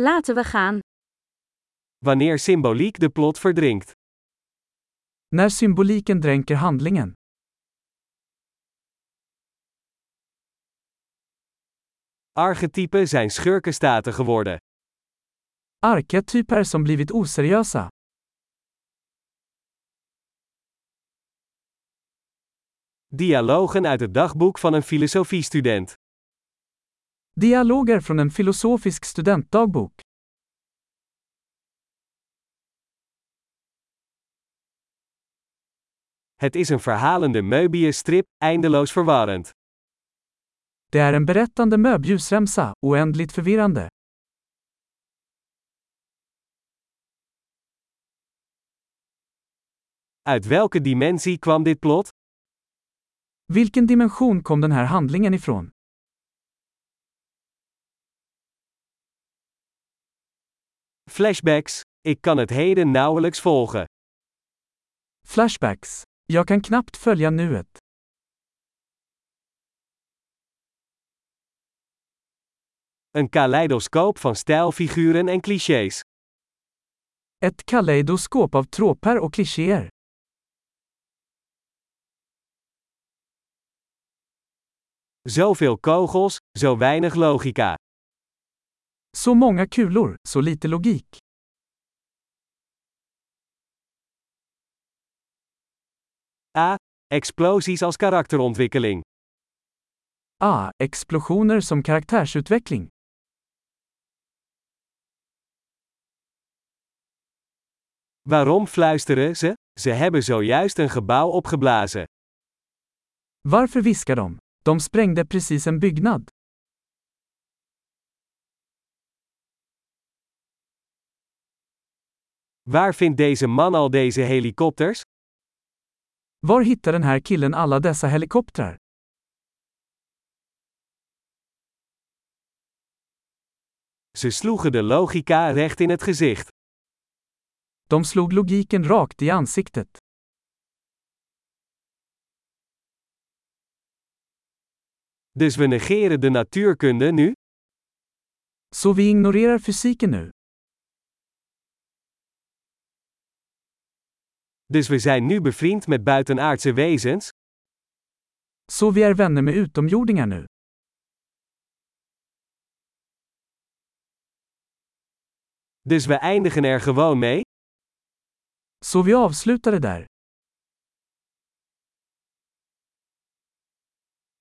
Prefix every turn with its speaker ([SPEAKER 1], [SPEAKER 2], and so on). [SPEAKER 1] Laten we gaan.
[SPEAKER 2] Wanneer symboliek de plot verdrinkt.
[SPEAKER 3] När symboliken dränker handlingen.
[SPEAKER 2] Archetypen zijn schurkenstaten geworden.
[SPEAKER 3] Arketyper som blivit oseriösa.
[SPEAKER 2] Dialogen uit het dagboek van een filosofiestudent.
[SPEAKER 3] Dialoger från en filosofisk studentdagbok.
[SPEAKER 2] Het is een verhalende Möbius-strip, eindeloos verwarrend.
[SPEAKER 3] Det är en berättande möbiusremsa, oändligt förvirrande.
[SPEAKER 2] Uit welke dimensie kwam dit plot?
[SPEAKER 3] Vilken dimension kom den här handlingen ifrån?
[SPEAKER 2] Flashbacks. Ik kan het heden nauwelijks volgen.
[SPEAKER 3] Flashbacks. Jag kan knappt följa nuet.
[SPEAKER 2] Een kaleidoscoop van stijlfiguren en clichés.
[SPEAKER 3] Ett kaleidoskop av tråper och klichéer.
[SPEAKER 2] Zoveel kogels, zo weinig logica.
[SPEAKER 3] Så många kulor, så lite logik.
[SPEAKER 2] A. Explosies als karakterontwikkeling.
[SPEAKER 3] A. Explosioner som karaktärsutveckling.
[SPEAKER 2] Waarom fluisteren ze? Ze hebben zojuist een gebouw opgeblazen.
[SPEAKER 3] Varför viskar de? De sprängde precis en byggnad.
[SPEAKER 2] Waar vindt deze man al deze helikopters?
[SPEAKER 3] Var hittar den här killen alla dessa helikoptrar?
[SPEAKER 2] Ze sloegen de logica recht in het gezicht.
[SPEAKER 3] De slog logiken rakt i ansiktet.
[SPEAKER 2] Dus we negeren de natuurkunde nu?
[SPEAKER 3] Så vi ignorerar fysiken nu.
[SPEAKER 2] Dus we zijn nu bevriend met buitenaardse wezens?
[SPEAKER 3] Så vi är vänner med utomjordingar nu.
[SPEAKER 2] Dus we eindigen er gewoon mee?
[SPEAKER 3] Så vi avslutar det där.